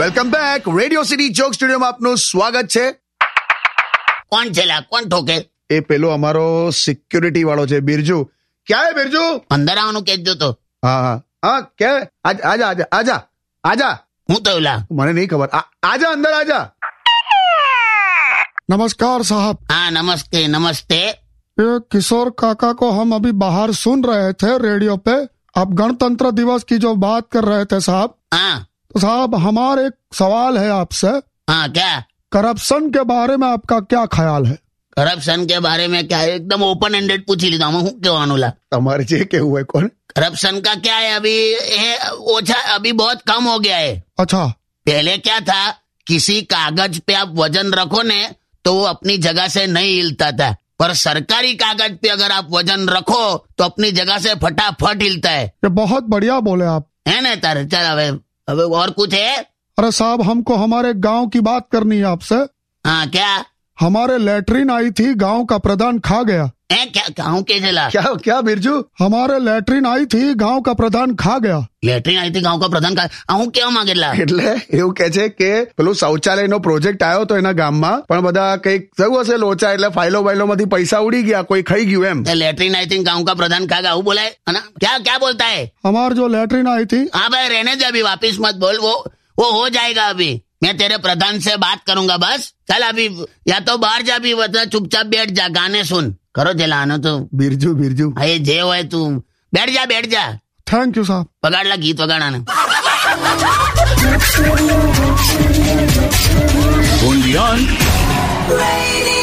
welcome back radio city joke studio માં આપનું સ્વાગત છે કોણ છેલા કોણ ઠોકે એ પેલો અમારો સિક્યુરિટી વાળો છે બિરજુ ક્યાં હે બિરજુ અંદર આવવાનું કહેજો તો હા હા હા કે આજ- આજા આજા આજા આજા હું થયું લા મને નહીં ખબર આ- આજા અંદર આજા नमस्कार साहब હા નમસ્તે નમસ્તે ये किशोर काका को हम अभी बाहर सुन रहे थे रेडियो पे आप गणतंत्र दिवस की जो बात कर रहे थे साहब હા तो साहब हमारा एक सवाल है आपसे हाँ क्या करप्शन के बारे में आपका क्या ख्याल है करप्शन के बारे में क्या है एकदम ओपन एंडेड पूछ ही લીધું આમાં શું કહેવાનું લા તમારે જે કેવું હોય કોણ करप्शन का क्या है अभी ये ओछा अभी बहुत कम हो गया है अच्छा पहले क्या था किसी कागज पे आप वजन रखो ने तो वो अपनी जगह से नहीं हिलता था पर सरकारी कागज पे अगर आप वजन रखो तो अपनी जगह से फटाफट हिलता है ये बहुत बढ़िया बोले आप है ना तारे चल अबे अबे और कुछ है अरे साहब हमको हमारे गांव की बात करनी है आपसे हाँ क्या हमारे लेटरिन आई थी गांव का प्रधान खा गया है क्या कहूँ के चला ક્યાં ક્યાં બિરજુ हमारे लेटरिन आई थी गांव का प्रधान खा गया લેટરિન આવી હતી ગાંવ કા પ્રધાન કા હું કેવા માંગેલા એટલે એવું કે છે કે પેલું શૌચાલયનો પ્રોજેક્ટ આવ્યો તો એના ગામમાં પણ બધા કઈક થયું હશે લોચા એટલે ફાઇલો બાઇલો માંથી પૈસા ઉડી ગયા કોઈ ખાઈ ગયું એમ लेटरिन आई थिंक गांव का प्रधान का गाँव बोला है है ना क्या क्या बोलता है हमार जो लेटरिन आई थी हाँ भाई रहने दे अभी वापिस मत बोल वो वो हो जाएगा अभी मैं तेरे प्रधान से बात करूंगा बस चल अभी या तो बाहर जा भी वरना चुपचाप बैठ जा गाने सुन करो जलानो तो બિરજુ બિરજુ अरे जे होए तू बैठ जा बैठ जा थैंक यू साहब पगाड़ ला गीत वगाड़ा ने Radio